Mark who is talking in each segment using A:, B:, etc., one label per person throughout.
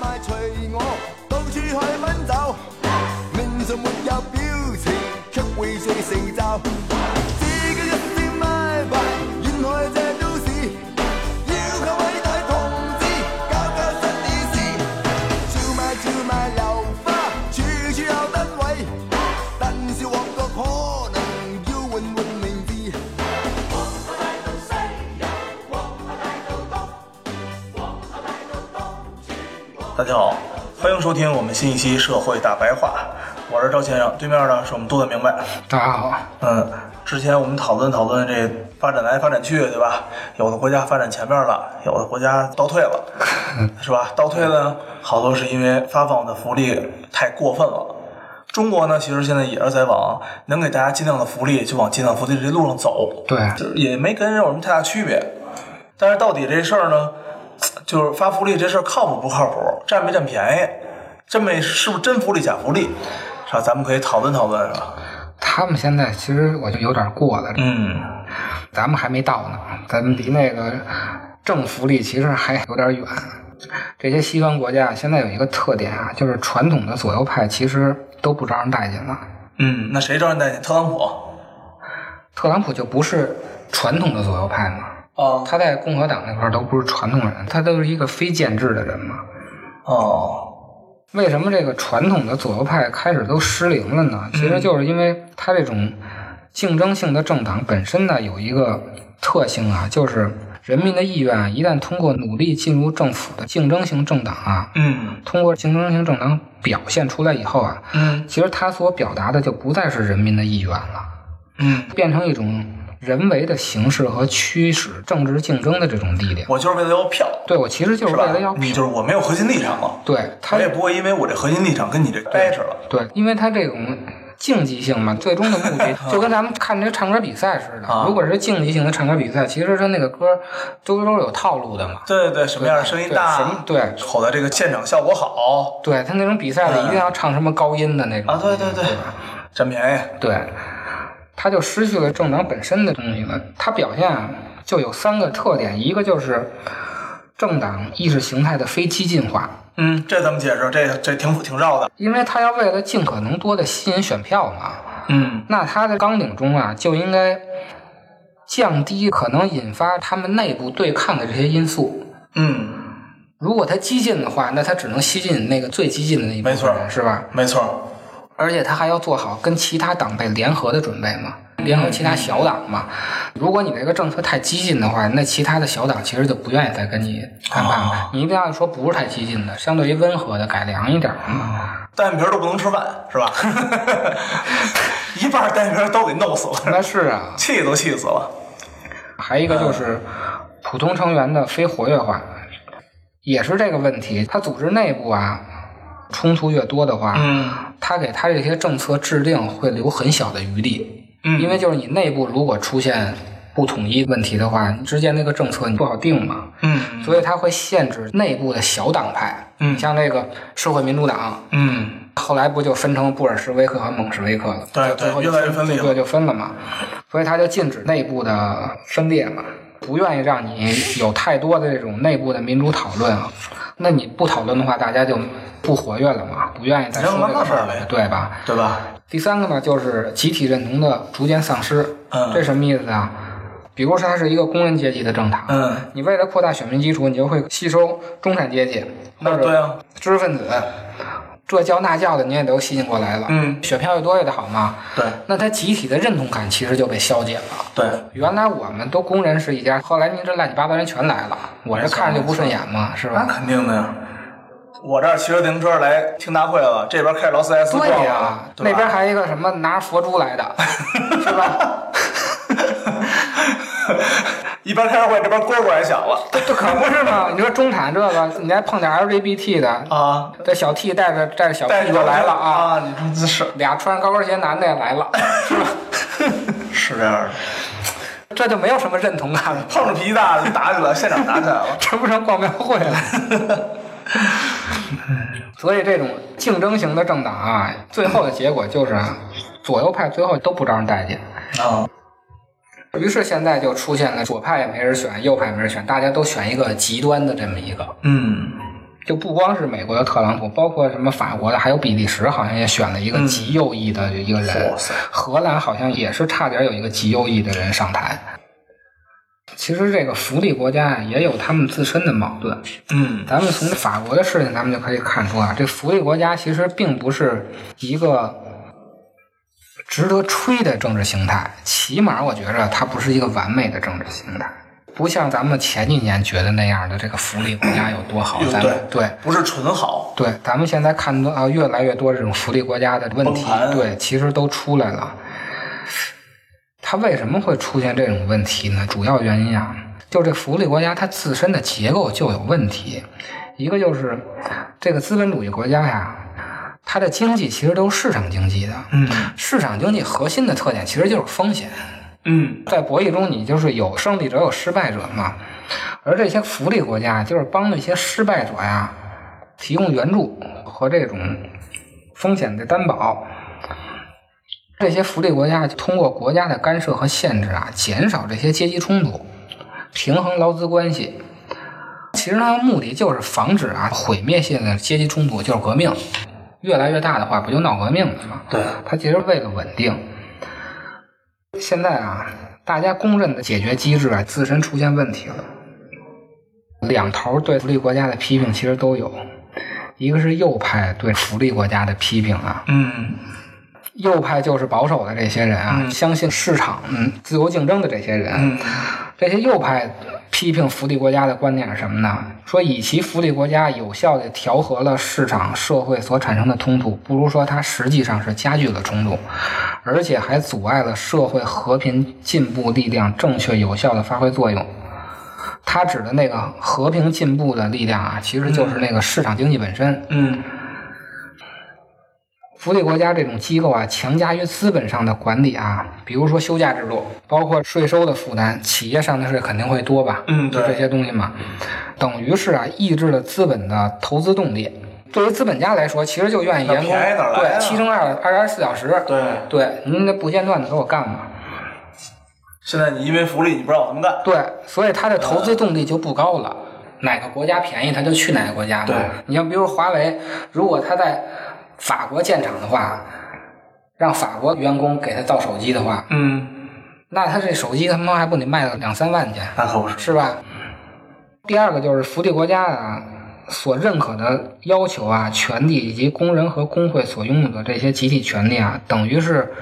A: 賣隨我，到處去奔走。面上沒有表情，卻會最成就。自己一支買賣，沿海這都市，要靠偉大同志搞搞新意思。超買超買流花，處處有單位，但是旺角可能要換換名字。
B: 大家好，欢迎收听我们新一期《社会大白话》，我是赵先生，对面呢是我们度的明白。
C: 大家啊好，
B: 嗯，之前我们讨论讨论这发展来发展去，对吧？有的国家发展前面了，有的国家倒退了，是吧？倒退呢，好多是因为发放的福利太过分了。中国呢，其实现在也是在往能给大家尽量的福利，就往尽量福利这路上走，
C: 对
B: 就是也没跟人有什么太大区别。但是到底这事儿呢，就是发福利这事儿靠谱不靠谱，占没占便宜，真没是不是真福利假福利，是吧？咱们可以讨论讨论，是吧？
C: 他们现在其实我就有点过了，
B: 嗯。
C: 咱们还没到呢，咱们离那个正福利其实还有点远。这些西方国家现在有一个特点啊，就是传统的左右派其实都不招人待见了。
B: 嗯，那谁招人待见？特朗普
C: 特朗普就不是传统的左右派嘛，
B: 哦
C: 他在共和党那块儿都不是传统人，他都是一个非建制的人嘛。
B: 哦，
C: 为什么这个传统的左右派开始都失灵了呢？
B: 嗯
C: 其实就是因为它这种竞争性的政党本身呢有一个特性啊，就是人民的意愿啊一旦通过努力进入政府的竞争型政党啊，
B: 嗯
C: 通过竞争型政党表现出来以后啊，
B: 嗯
C: 其实它所表达的就不再是人民的意愿了，
B: 嗯，
C: 变成一种人为的形式和驱使政治竞争的这种力量。
B: 我就是为了要票，
C: 对我其实就是是为
B: 吧
C: 了要？
B: 你就是我没有核心立场了，
C: 对他
B: 我也不会因为我这核心立场跟你这掰扯了。
C: 对，因为它这种竞技性 嘛，最终的目的就跟咱们看这唱歌比赛似
B: 啊
C: 的。如果是竞技性的唱歌比赛，其实它那个歌都都是有套路的嘛。
B: 对对对，什么样的声音
C: 对什么
B: 大，
C: 对
B: 吼的这个现场效果好
C: 对，它那种比赛的
B: 嗯
C: 一定要唱什么高音的那种
B: 啊，对对对
C: 对吧，
B: 占便宜。
C: 对，它就失去了政党本身的东西了。它表现啊就有三个特点，一个就是政党意识形态的非激进化。
B: 嗯，这怎么解释？这这挺挺绕的。
C: 因为它要为了尽可能多的吸引选票嘛，
B: 嗯
C: 那它的纲领中啊，就应该降低可能引发他们内部对抗的这些因素。
B: 嗯，
C: 如果它激进的话，那它只能吸进那个最激进的那一部
B: 没错
C: 分人，是吧？
B: 没错。
C: 而且它还要做好跟其他党派联合的准备嘛，联合其他小党嘛。如果你这个政策太激进的话，那其他的小党其实就不愿意再跟你谈判了。你一定要说不是太激进的，相对于温和的、改良一点的嘛。
B: 单眼皮儿都不能吃饭，是吧？ 一半儿单眼皮儿都给弄死了，
C: 那是啊，
B: 气都气死了。
C: 还有一个就是
B: 呃
C: 普通成员的非活跃化，也是这个问题。他组织内部啊，冲突越多的话，
B: 嗯
C: 他给他这些政策制定会留很小的余地，
B: 嗯，
C: 因为就是你内部如果出现不统一问题的话，你之间那个政策你不好定嘛，
B: 嗯
C: 所以他会限制内部的小党派，
B: 嗯
C: 像这个社会民主党。
B: 嗯。
C: 后来不就分成布尔什维克和蒙什维克了？
B: 对对
C: 最后就
B: 越来越分裂了
C: 对，就分了嘛。所以他就禁止内部的分裂嘛，不愿意让你有太多的这种内部的民主讨论。啊那你不讨论的话，大家就不活跃了嘛，不愿意再说这个事儿
B: 扔了呗
C: 了，对吧？
B: 对吧？
C: 第三个呢，就是集体认同的逐渐丧失。
B: 嗯
C: 这什么意思啊？比如说，它是一个工人阶级的政党，
B: 嗯，
C: 你为了扩大选民基础，你就会吸收中产阶级或
B: 那
C: 者
B: 对啊，
C: 知识分子，这教那教的你也都吸引过来了，
B: 嗯
C: 选票越多越的好嘛。
B: 对
C: 那他集体的认同感其实就被消解了。
B: 对，
C: 原来我们都工人是一家，后来您这乱七八糟人全来了，我这看着就不顺眼嘛，是
B: 那
C: 吧？
B: 肯定的呀。我这儿骑着自行车来听大会了，这边开着劳斯莱斯逛
C: 对呀、
B: 了，对吧
C: 啊那边还有一个什么拿佛珠来的，是吧？
B: 一边开着会，这边蝈蝈也响了
C: 这可不是嘛！你说中产这个，你还碰点 LGBT 的，
B: 啊，
C: 这小 T 带着带着小
B: 带
C: P
B: 着
C: 就来了啊，
B: 啊！你说这是
C: 俩穿着高跟鞋男的也来了，是吧？
B: 是这样的，
C: 这就没有什么认同感了。
B: 啊碰着脾气大就打起来，现场打起来了。
C: 这不成逛庙会了？所以这种竞争型的政党啊，最后的结果就是啊左右派最后都不招人待见。
B: 啊，
C: 于是现在就出现了左派也没人选，右派也没人选，大家都选一个极端的这么一个。
B: 嗯，
C: 就不光是美国的特朗普，包括什么法国的，还有比利时，好像也选了一个极右翼的一个人。
B: 嗯哇塞
C: 荷兰好像也是差点有一个极右翼的人上台。其实这个福利国家啊，也有他们自身的矛盾。
B: 嗯，
C: 咱们从法国的事情，咱们就可以看出啊，这福利国家其实并不是一个值得吹的政治形态，起码我觉着它不是一个完美的政治形态，不像咱们前几年觉得那样的这个福利国家有多好
B: 嗯，
C: 咱们对。
B: 不是纯好，
C: 对，咱们现在看到啊，越来越多这种福利国家的问题
B: 崩盘，
C: 对，其实都出来了。它为什么会出现这种问题呢？主要原因啊，就是这福利国家它自身的结构就有问题。一个就是这个资本主义国家呀，它的经济其实都是市场经济的。
B: 嗯
C: 市场经济核心的特点其实就是风险。
B: 嗯
C: 在博弈中，你就是有胜利者有失败者嘛。而这些福利国家就是帮那些失败者呀，提供援助和这种风险的担保。这些福利国家就通过国家的干涉和限制啊，减少这些阶级冲突，平衡劳资关系。其实它的目的就是防止啊毁灭性的阶级冲突，就是革命。越来越大的话，不就闹革命了吗？
B: 对，
C: 它其实为了稳定。现在啊，大家公认的解决机制啊，自身出现问题了。两头对福利国家的批评其实都有，一个是右派对福利国家的批评啊，
B: 嗯
C: 右派就是保守的这些人啊，相信市场、嗯、自由竞争的这些人，
B: 嗯
C: 这些右派批评福利国家的观点是什么呢？说以其福利国家有效地调和了市场社会所产生的冲突，不如说它实际上是加剧了冲突，而且还阻碍了社会和平进步力量正确有效地发挥作用。他指的那个和平进步的力量啊，其实就是那个市场经济本身。
B: 嗯
C: 福利国家这种机构啊，强加于资本上的管理啊，比如说休假制度，包括税收的负担，企业上的税肯定会多吧？
B: 嗯对
C: 就这些东西嘛，等于是啊，抑制了资本的投资动力。对于资本家来说，其实就愿意员工
B: 那便宜哪儿来
C: 对
B: 啊
C: 七乘二二十四小时，
B: 对
C: 对，您得不间断的给我干嘛？
B: 现在你因为福利，你不让我这么干，
C: 对，所以它的投资动力就不高了。哪个国家便宜，它就去哪个国家嘛。
B: 对
C: 你像比如华为，如果它在法国建厂的话，让法国员工给他造手机的话，
B: 嗯，
C: 那他这手机他妈还不得卖个两三万去，
B: 那可不是，
C: 是吧？第二个就是福利国家啊所认可的要求啊，权利以及工人和工会所拥有的这些集体权利啊，等于是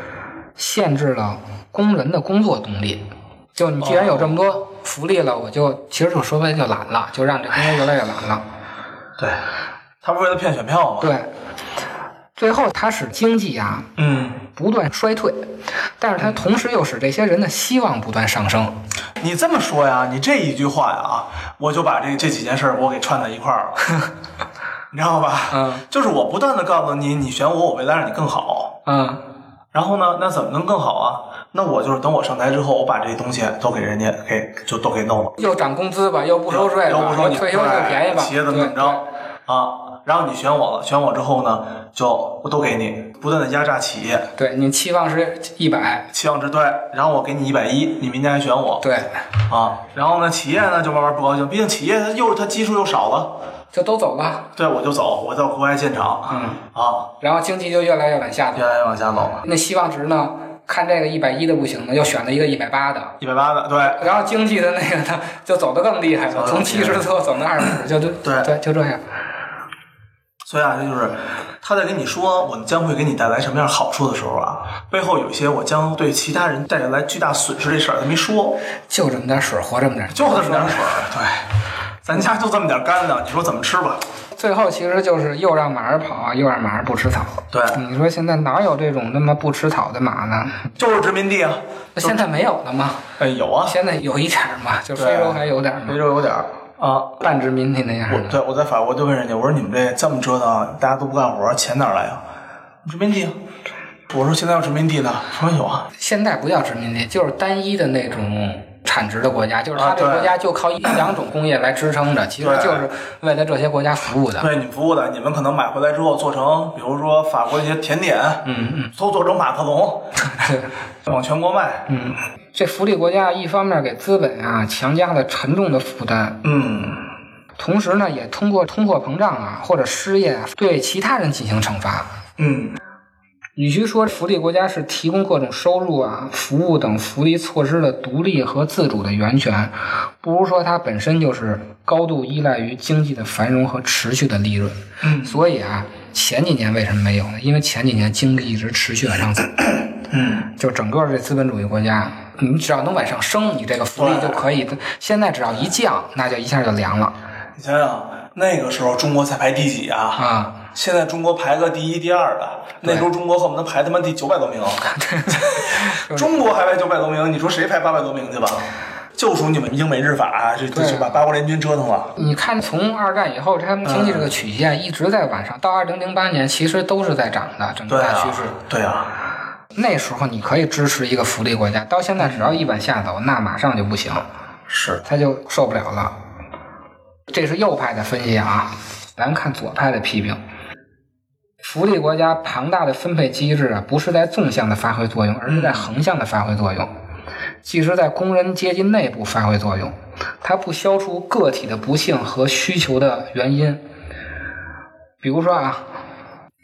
C: 限制了工人的工作动力。就你既然有这么多福利了，我就其实就说白了就懒了，就让这工人越来越懒了。
B: 对，他不是为了骗选票吗？，
C: 对，最后它使经济啊
B: 嗯，
C: 不断衰退，但是它同时又使这些人的希望不断上升。
B: 你这么说呀，你这一句话呀啊，我就把这这几件事儿我给串在一块 儿了，你知道吧？
C: 嗯，
B: 就是我不断的告诉你，你选我，我为了让你更好。
C: 嗯，
B: 然后呢，那怎么能更好啊？那我就是等我上台之后，我把这些东西都给人家给就都给弄了。
C: 又涨工资吧，又不收税吧，
B: 要不说你
C: 退休又便宜吧，
B: 企业怎么怎么着啊？然后你选我了，选我之后呢，就我都给你，不断的压榨企业，
C: 对？对你期望是一百，
B: 期望值对，然后我给你一百一，你明年还选我，
C: 对，
B: 啊，然后呢，企业呢就慢慢不高兴，毕竟企业它又它基数又少了，
C: 就都走吧，
B: 对我就走，我到国外建厂，嗯啊，
C: 然后经济就越来越往下走
B: 越。来越往下走，
C: 那希望值呢？看这个一百一的不行了，又选了一个一百八的，
B: 一百八的，对
C: 然后经济的那个呢，就走得更厉害了，
B: 走得
C: 从
B: 更
C: 七
B: 厉害
C: 十多走到二十，就就
B: 对
C: 对，就这样。
B: 所以啊，这就是他在跟你说我将会给你带来什么样好处的时候啊，背后有一些我将对其他人带来巨大损失这事儿他没说，
C: 就这么点水，活这么点，
B: 就这么点水儿，对，咱家就这么点干粮，你说怎么吃吧？
C: 最后其实就是又让马儿跑，啊又让马儿不吃草。
B: 对
C: 你说现在哪有这种那么不吃草的马呢？
B: 就是殖民地啊，
C: 那现在没有了吗？
B: 哎，有啊，
C: 现在有一点儿嘛，就非洲还有点儿嗯嘛
B: 非，洲有点儿啊。
C: 半殖民地那样
B: 我
C: 的。
B: 对我在法国就问人家，我说你们这这么折腾啊，大家都不干活，钱哪儿来啊？殖民地啊。我说现在要殖民地呢，说有啊，
C: 现在不叫殖民地，就是单一的那种产值的国家，就是它
B: 啊
C: 这个
B: 对
C: 国家就靠一两种工业来支撑着，其实
B: 对
C: 就是为了这些国家服务的。
B: 对你们服务的，你们可能买回来之后做成，比如说法国一些甜点，嗯嗯，都做成马克龙， 往全国卖，嗯
C: 这福利国家一方面给资本啊强加了沉重的负担，
B: 嗯，
C: 同时呢也通过通货膨胀啊或者失业啊对其他人进行惩罚。
B: 嗯，
C: 与其说福利国家是提供各种收入啊、服务等福利措施的独立和自主的源泉，不如说它本身就是高度依赖于经济的繁荣和持续的利润。嗯，所以啊，前几年为什么没有呢？因为前几年经济一直持续往上走。嗯，就整个这资本主义国家，你只要能往上升，你这个福利就可以。现在只要一降，那就一下就凉了
B: 你想想那个时候中国才排第几啊？
C: 啊。
B: 现在中国排个第一、第二的，那时候中国恨不得排他妈第九百 多名，中国还排九百多名，你说谁排八百多名去吧？就属你们英美日法，这这
C: 对啊
B: 是把八国联军折腾了。
C: 你看，从二战以后，他们经济这
B: 嗯
C: 个曲线一直在往上，到二零零八年其实都是在涨的，整个
B: 对
C: 大趋
B: 啊
C: 势。，
B: 对啊，
C: 那时候你可以支持一个福利国家，到现在只要一往下走，那马上就不行，
B: 是
C: 他就受不了了。这是右派的分析啊，咱看左派的批评。福利国家庞大的分配机制啊，不是在纵向的发挥作用，而是在横向的发挥作用，即是在工人阶级内部发挥作用。它不消除个体的不幸和需求的原因。比如说啊，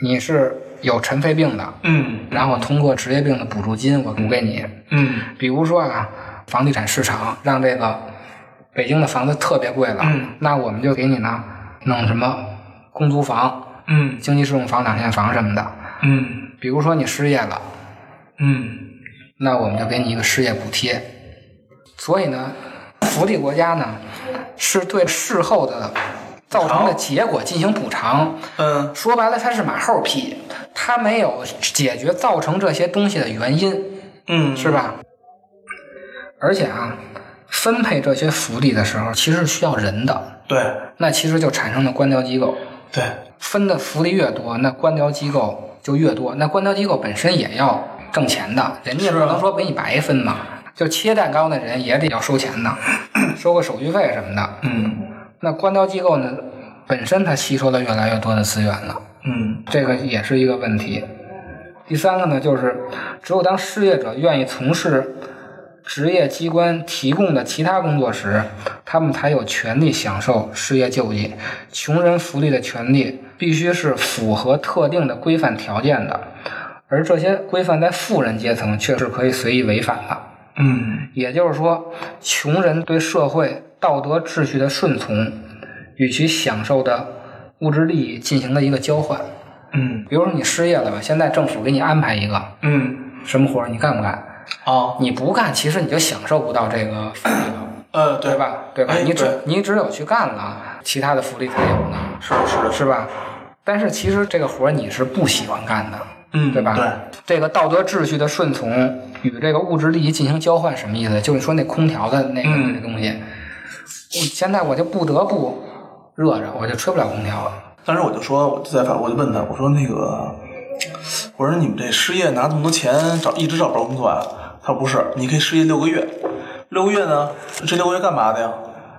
C: 你是有尘肺病的，
B: 嗯
C: 然后通过职业病的补助金我补给你。
B: 嗯
C: 比如说啊，房地产市场让这个北京的房子特别贵了，
B: 嗯
C: 那我们就给你呢弄什么公租房、
B: 嗯
C: 经济适用房、两限房什么的。
B: 嗯
C: 比如说你失业了，
B: 嗯，
C: 那我们就给你一个失业补贴。所以呢，福利国家呢是对事后的造成的结果进行补偿。
B: 嗯，
C: 说白了，它是马后屁，它没有解决造成这些东西的原因。
B: 嗯，
C: 是吧？而且啊，分配这些福利的时候，其实是需要人的，
B: 对
C: 那其实就产生了官僚机构。
B: 对，
C: 分的福利越多，那官僚机构就越多，那官僚机构本身也要挣钱的，人家
B: 是
C: 不
B: 啊
C: 能说给你白分嘛。就切蛋糕的人也得要收钱的， 收个手续费什么的。
B: 嗯
C: 那官僚机构呢，本身它吸收了越来越多的资源了。
B: 嗯
C: 这个也是一个问题。第三个呢，就是只有当失业者愿意从事职业机关提供的其他工作时，他们才有权利享受失业救济、穷人福利的权利，必须是符合特定的规范条件的。而这些规范在富人阶层却是可以随意违反的。
B: 嗯
C: 也就是说，穷人对社会道德秩序的顺从，与其享受的物质利益进行了一个交换。
B: 嗯
C: 比如说你失业了吧，现在政府给你安排一个
B: 嗯，
C: 什么活儿，你干不干？
B: 啊，
C: 你不干，其实你就享受不到这个福利了，
B: 呃，对
C: 对？吧？对吧？
B: 哎
C: 你只
B: 对
C: 你只有去干了，其他的福利才有呢，
B: 是的，是的，
C: 是吧？但是其实这个活儿你是不喜欢干的，
B: 嗯，
C: 对吧？
B: 对，
C: 这个道德秩序的顺从与这个物质利益进行交换，什么意思？就是说那空调的那个、
B: 嗯
C: 那个东西，我现在我就不得不热着，我就吹不了空调了。
B: 当时我就说，我就在法国，我就问他，我说那个，我说你们这失业拿这么多钱，找一直找不着工作啊？他说不是，你可以失业六个月，六个月呢，这六个月干嘛的呀？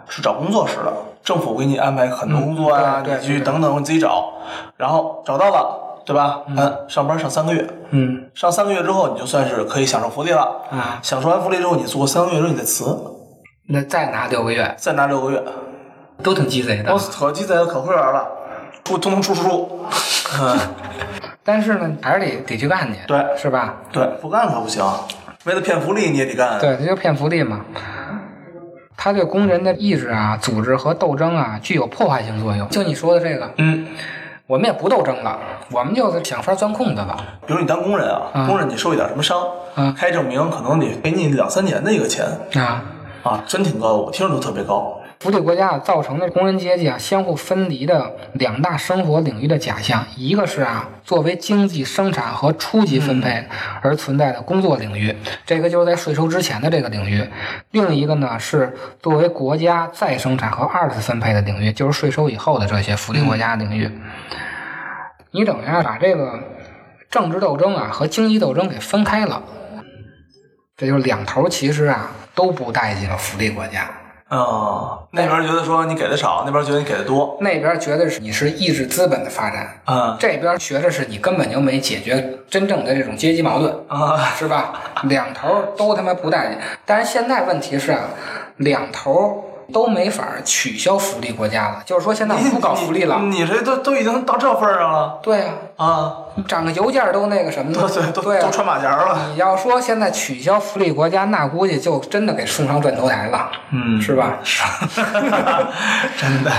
B: 是找工作似的，政府给你安排很多工作啊，
C: 嗯对对
B: 你去
C: 对
B: 等等，你自己找，然后找到了，对吧？嗯，上班上三个月，
C: 嗯
B: 上三个月之后，你就算是可以享受福利了。
C: 啊，
B: 享受完福利之后，你做三个月之后你再辞，
C: 那再拿六个月
B: 再拿六个月，
C: 都挺鸡贼的
B: 我。可鸡贼可会玩了，出通通出出出，嗯。
C: 但是呢，还是得得去干去，
B: 对
C: 是吧？
B: 对，不干可不行，为了骗福利你也得干。，
C: 对，这就骗福利嘛。他对工人的意志啊、组织和斗争啊，具有破坏性作用。就你说的这个，
B: 嗯，
C: 我们也不斗争了，我们就是想法钻空子了。
B: 比如你当工人啊，
C: 嗯
B: 工人你受一点什么伤，
C: 嗯
B: 开证明可能得给你两三年的一个钱
C: 啊，
B: 啊，真挺高的，我听着都特别高。
C: 福利国家造成的工人阶级啊相互分离的两大生活领域的假象，一个是啊作为经济生产和初级分配而存在的工作领域，这个就是在税收之前的这个领域；另一个呢是作为国家再生产和二次分配的领域，就是税收以后的这些福利国家领域。你等于啊把这个政治斗争啊和经济斗争给分开了。这就是两头其实啊都不待见福利国家。
B: 嗯，那边觉得说你给的少，那边觉得你给的多，
C: 那边觉得是你是抑制资本的发展，
B: 嗯
C: 这边觉着是你根本就没解决真正的这种阶级矛盾，
B: 啊，
C: 是吧？两头都他妈不待见。但是现在问题是啊，两头都没法取消福利国家了，就是说现在我不搞福利了。
B: 你你这都都已经到这份儿上了
C: 对啊，
B: 啊，
C: 涨个油价都那个什么
B: 都
C: 的，
B: 都都
C: 对啊
B: 都。穿马甲了，
C: 你要说现在取消福利国家，那估计就真的给送上断头台了，
B: 嗯
C: 是吧？
B: 是， 真的。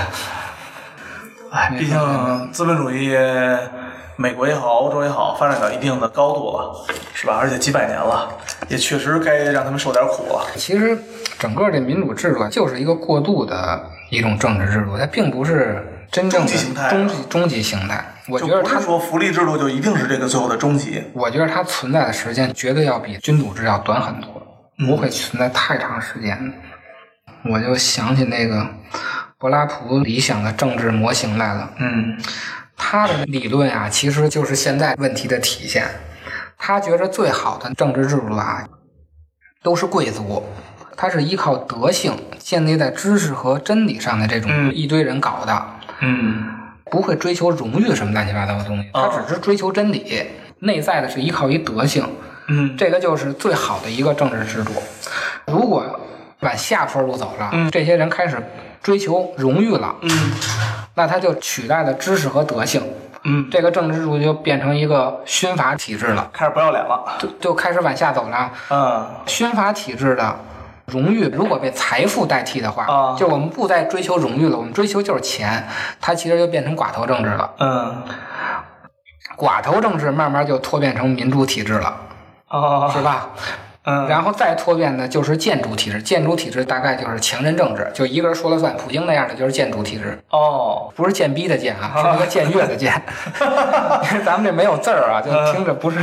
B: 哎，毕竟资本主义，美国也好，欧洲也好，发展到一定的高度了，是吧？而且几百年了，也确实该让他们受点苦了。
C: 其实整个这民主制度啊就是一个过渡的一种政治制度，它并不是真
B: 终
C: 正的
B: 极形态啊
C: 终极终极形态。我觉
B: 就
C: 得
B: 不
C: 它
B: 是，说福利制度就一定是这个最后的终极。
C: 我觉得它存在的时间绝对要比君主制要短很多，不会存在太长时间的。我就想起那个柏拉图理想的政治模型来了。
B: 嗯
C: 他的理论啊，其实就是现在问题的体现。他觉着最好的政治制度啊，都是贵族，它是依靠德性建立在知识和真理上的这种
B: 嗯
C: 一堆人搞的，
B: 嗯
C: 不会追求荣誉什么乱七八糟的东西，他
B: 啊
C: 只是追求真理，内在的是依靠于德性。
B: 嗯，
C: 这个就是最好的一个政治制度。如果往下坡路走了，
B: 嗯
C: 这些人开始追求荣誉了，那他就取代了知识和德性。
B: 嗯，
C: 这个政治制度就变成一个军阀体制了，
B: 开始不要脸了。
C: 就就开始往下走了。
B: 嗯
C: 军阀体制的荣誉如果被财富代替的话，
B: 啊
C: 就我们不再追求荣誉了，我们追求就是钱，它其实就变成寡头政治了。
B: 嗯
C: 寡头政治慢慢就脱变成民主体制了，
B: 哦
C: 是吧？
B: 嗯
C: 然后再脱变的就是建筑体制，建筑体制大概就是强人政治，就一个人说了算。普京那样的就是建筑体制，
B: 哦
C: 不是贱逼的贱啊，是那个僭越的贱。咱们这没有字儿啊，就听着不是。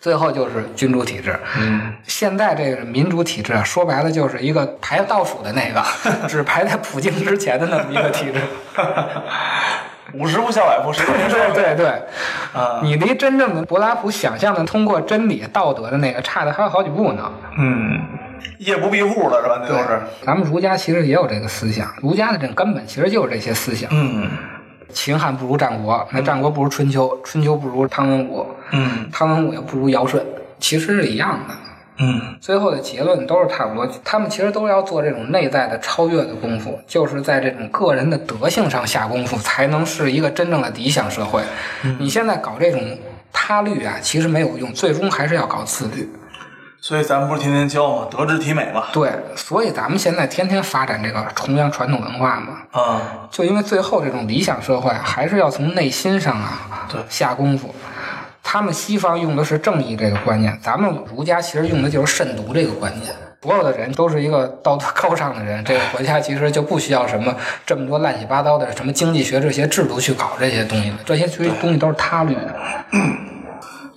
C: 最后就是君主体制，嗯，现在这个民主体制啊，说白了就是一个排倒数的那个，只排在普京之前的那么一个体制。
B: 五十步笑百步，谁跟谁说
C: 对对对，
B: 啊？
C: 你离真正的柏拉图想象的通过真理道德的那个差的还有好几步呢。
B: 嗯，夜不闭户了是吧？那都是。
C: 咱们儒家其实也有这个思想，儒家的这根本其实就是这些思想。
B: 嗯
C: 秦汉不如战国，那战国不如春秋，春秋不如汤文武，
B: 嗯
C: 汤文武又不如尧舜，其实是一样的。
B: 嗯
C: 最后的结论都是差不多，他们其实都要做这种内在的超越的功夫，就是在这种个人的德性上下功夫，才能是一个真正的理想社会。你现在搞这种他律啊，其实没有用，最终还是要搞自律。
B: 所以咱们不是天天教吗？德智体美嘛。
C: 对，所以咱们现在天天发展这个弘扬传统文化嘛，
B: 啊，
C: 就因为最后这种理想社会还是要从内心上啊
B: 对
C: 下功夫。他们西方用的是正义这个观念，咱们儒家其实用的就是慎独这个观念。所有的人都是一个道德高尚的人，这个国家其实就不需要什么这么多乱七八糟的什么经济学这些制度去搞这些东西了，这些其实东西都是他律的。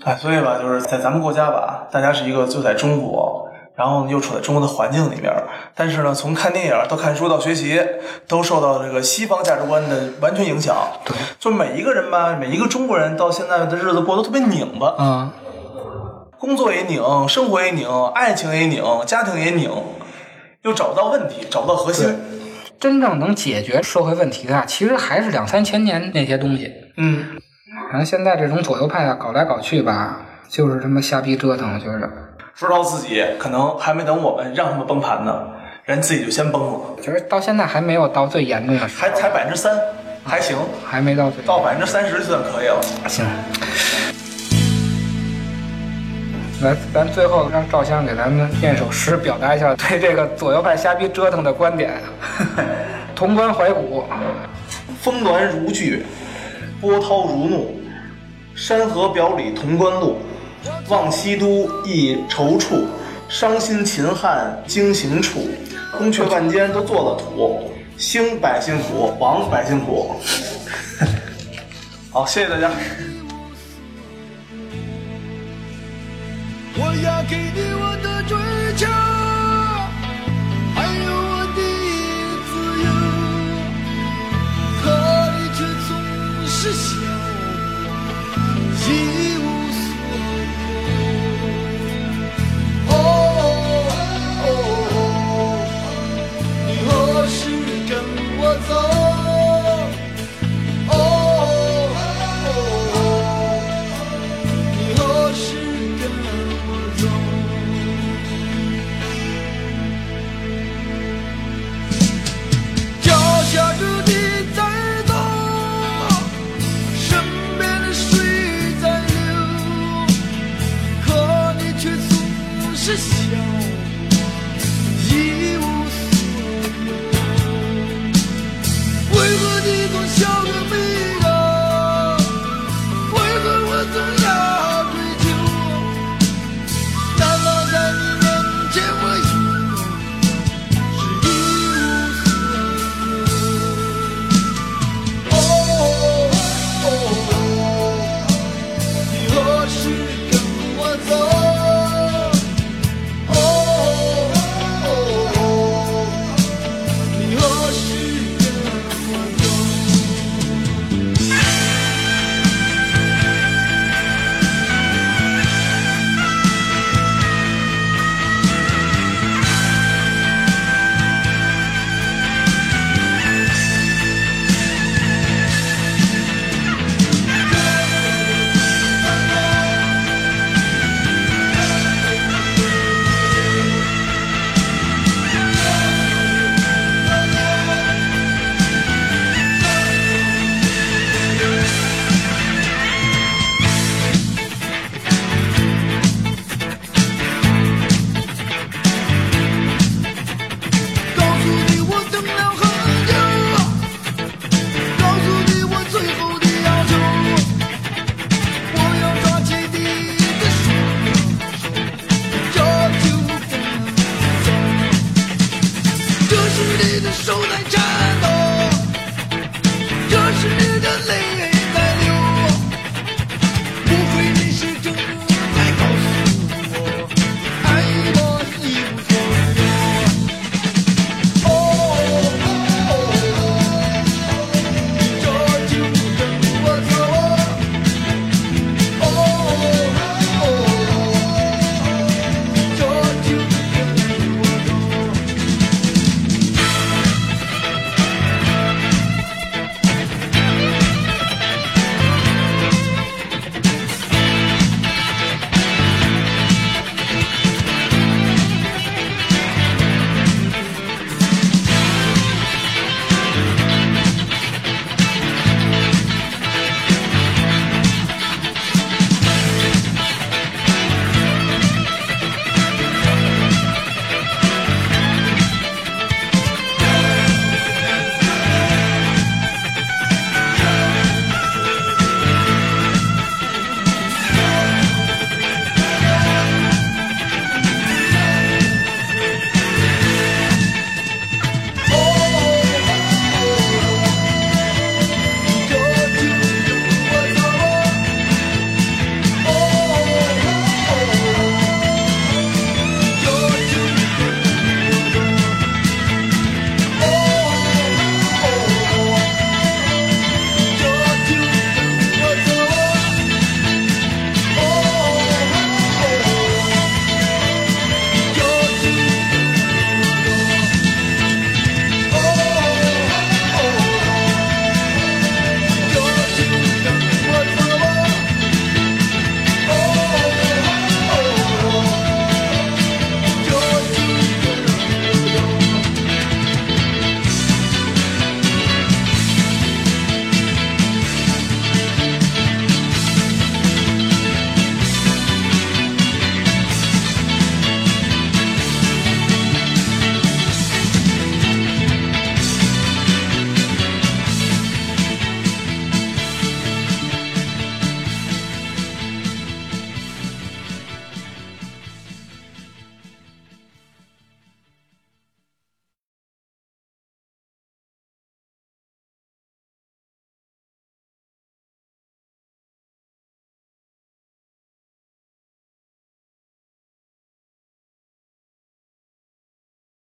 B: 哎，所以吧，就是在咱们国家吧，大家是一个就在中国，然后又处在中国的环境里面，但是呢，从看电影到看书到学习，都受到这个西方价值观的完全影响。
C: 对，
B: 就每一个人吧，每一个中国人到现在的日子过得特别拧巴，
C: 嗯，
B: 工作也拧，生活也拧，爱情也拧，家庭也拧，又找不到问题，找不到核心。
C: 真正能解决社会问题的啊，其实还是两三千年那些东西。
B: 嗯，
C: 反正现在这种左右派啊，搞来搞去吧，就是他妈瞎逼折腾，我觉着。
B: 不知道自己，可能还没等我们让他们崩盘呢，人自己就先崩了，
C: 我觉得到现在还没有到最严重的时候，
B: 还才百分之三，还行，
C: 还没到最
B: 到百分之三十就算可以了。
C: 行。来，咱最后让赵湘给咱们念首诗，表达一下对这个左右派瞎逼折腾的观点。潼关怀古，
B: 峰峦如聚，波涛如怒，山河表里潼关路。望西都亦踌躇，伤心秦汉经行处。宫阙万间都做了土，兴百姓苦，亡百姓苦。 好，谢谢大家。
A: 我要给你我的追求。哦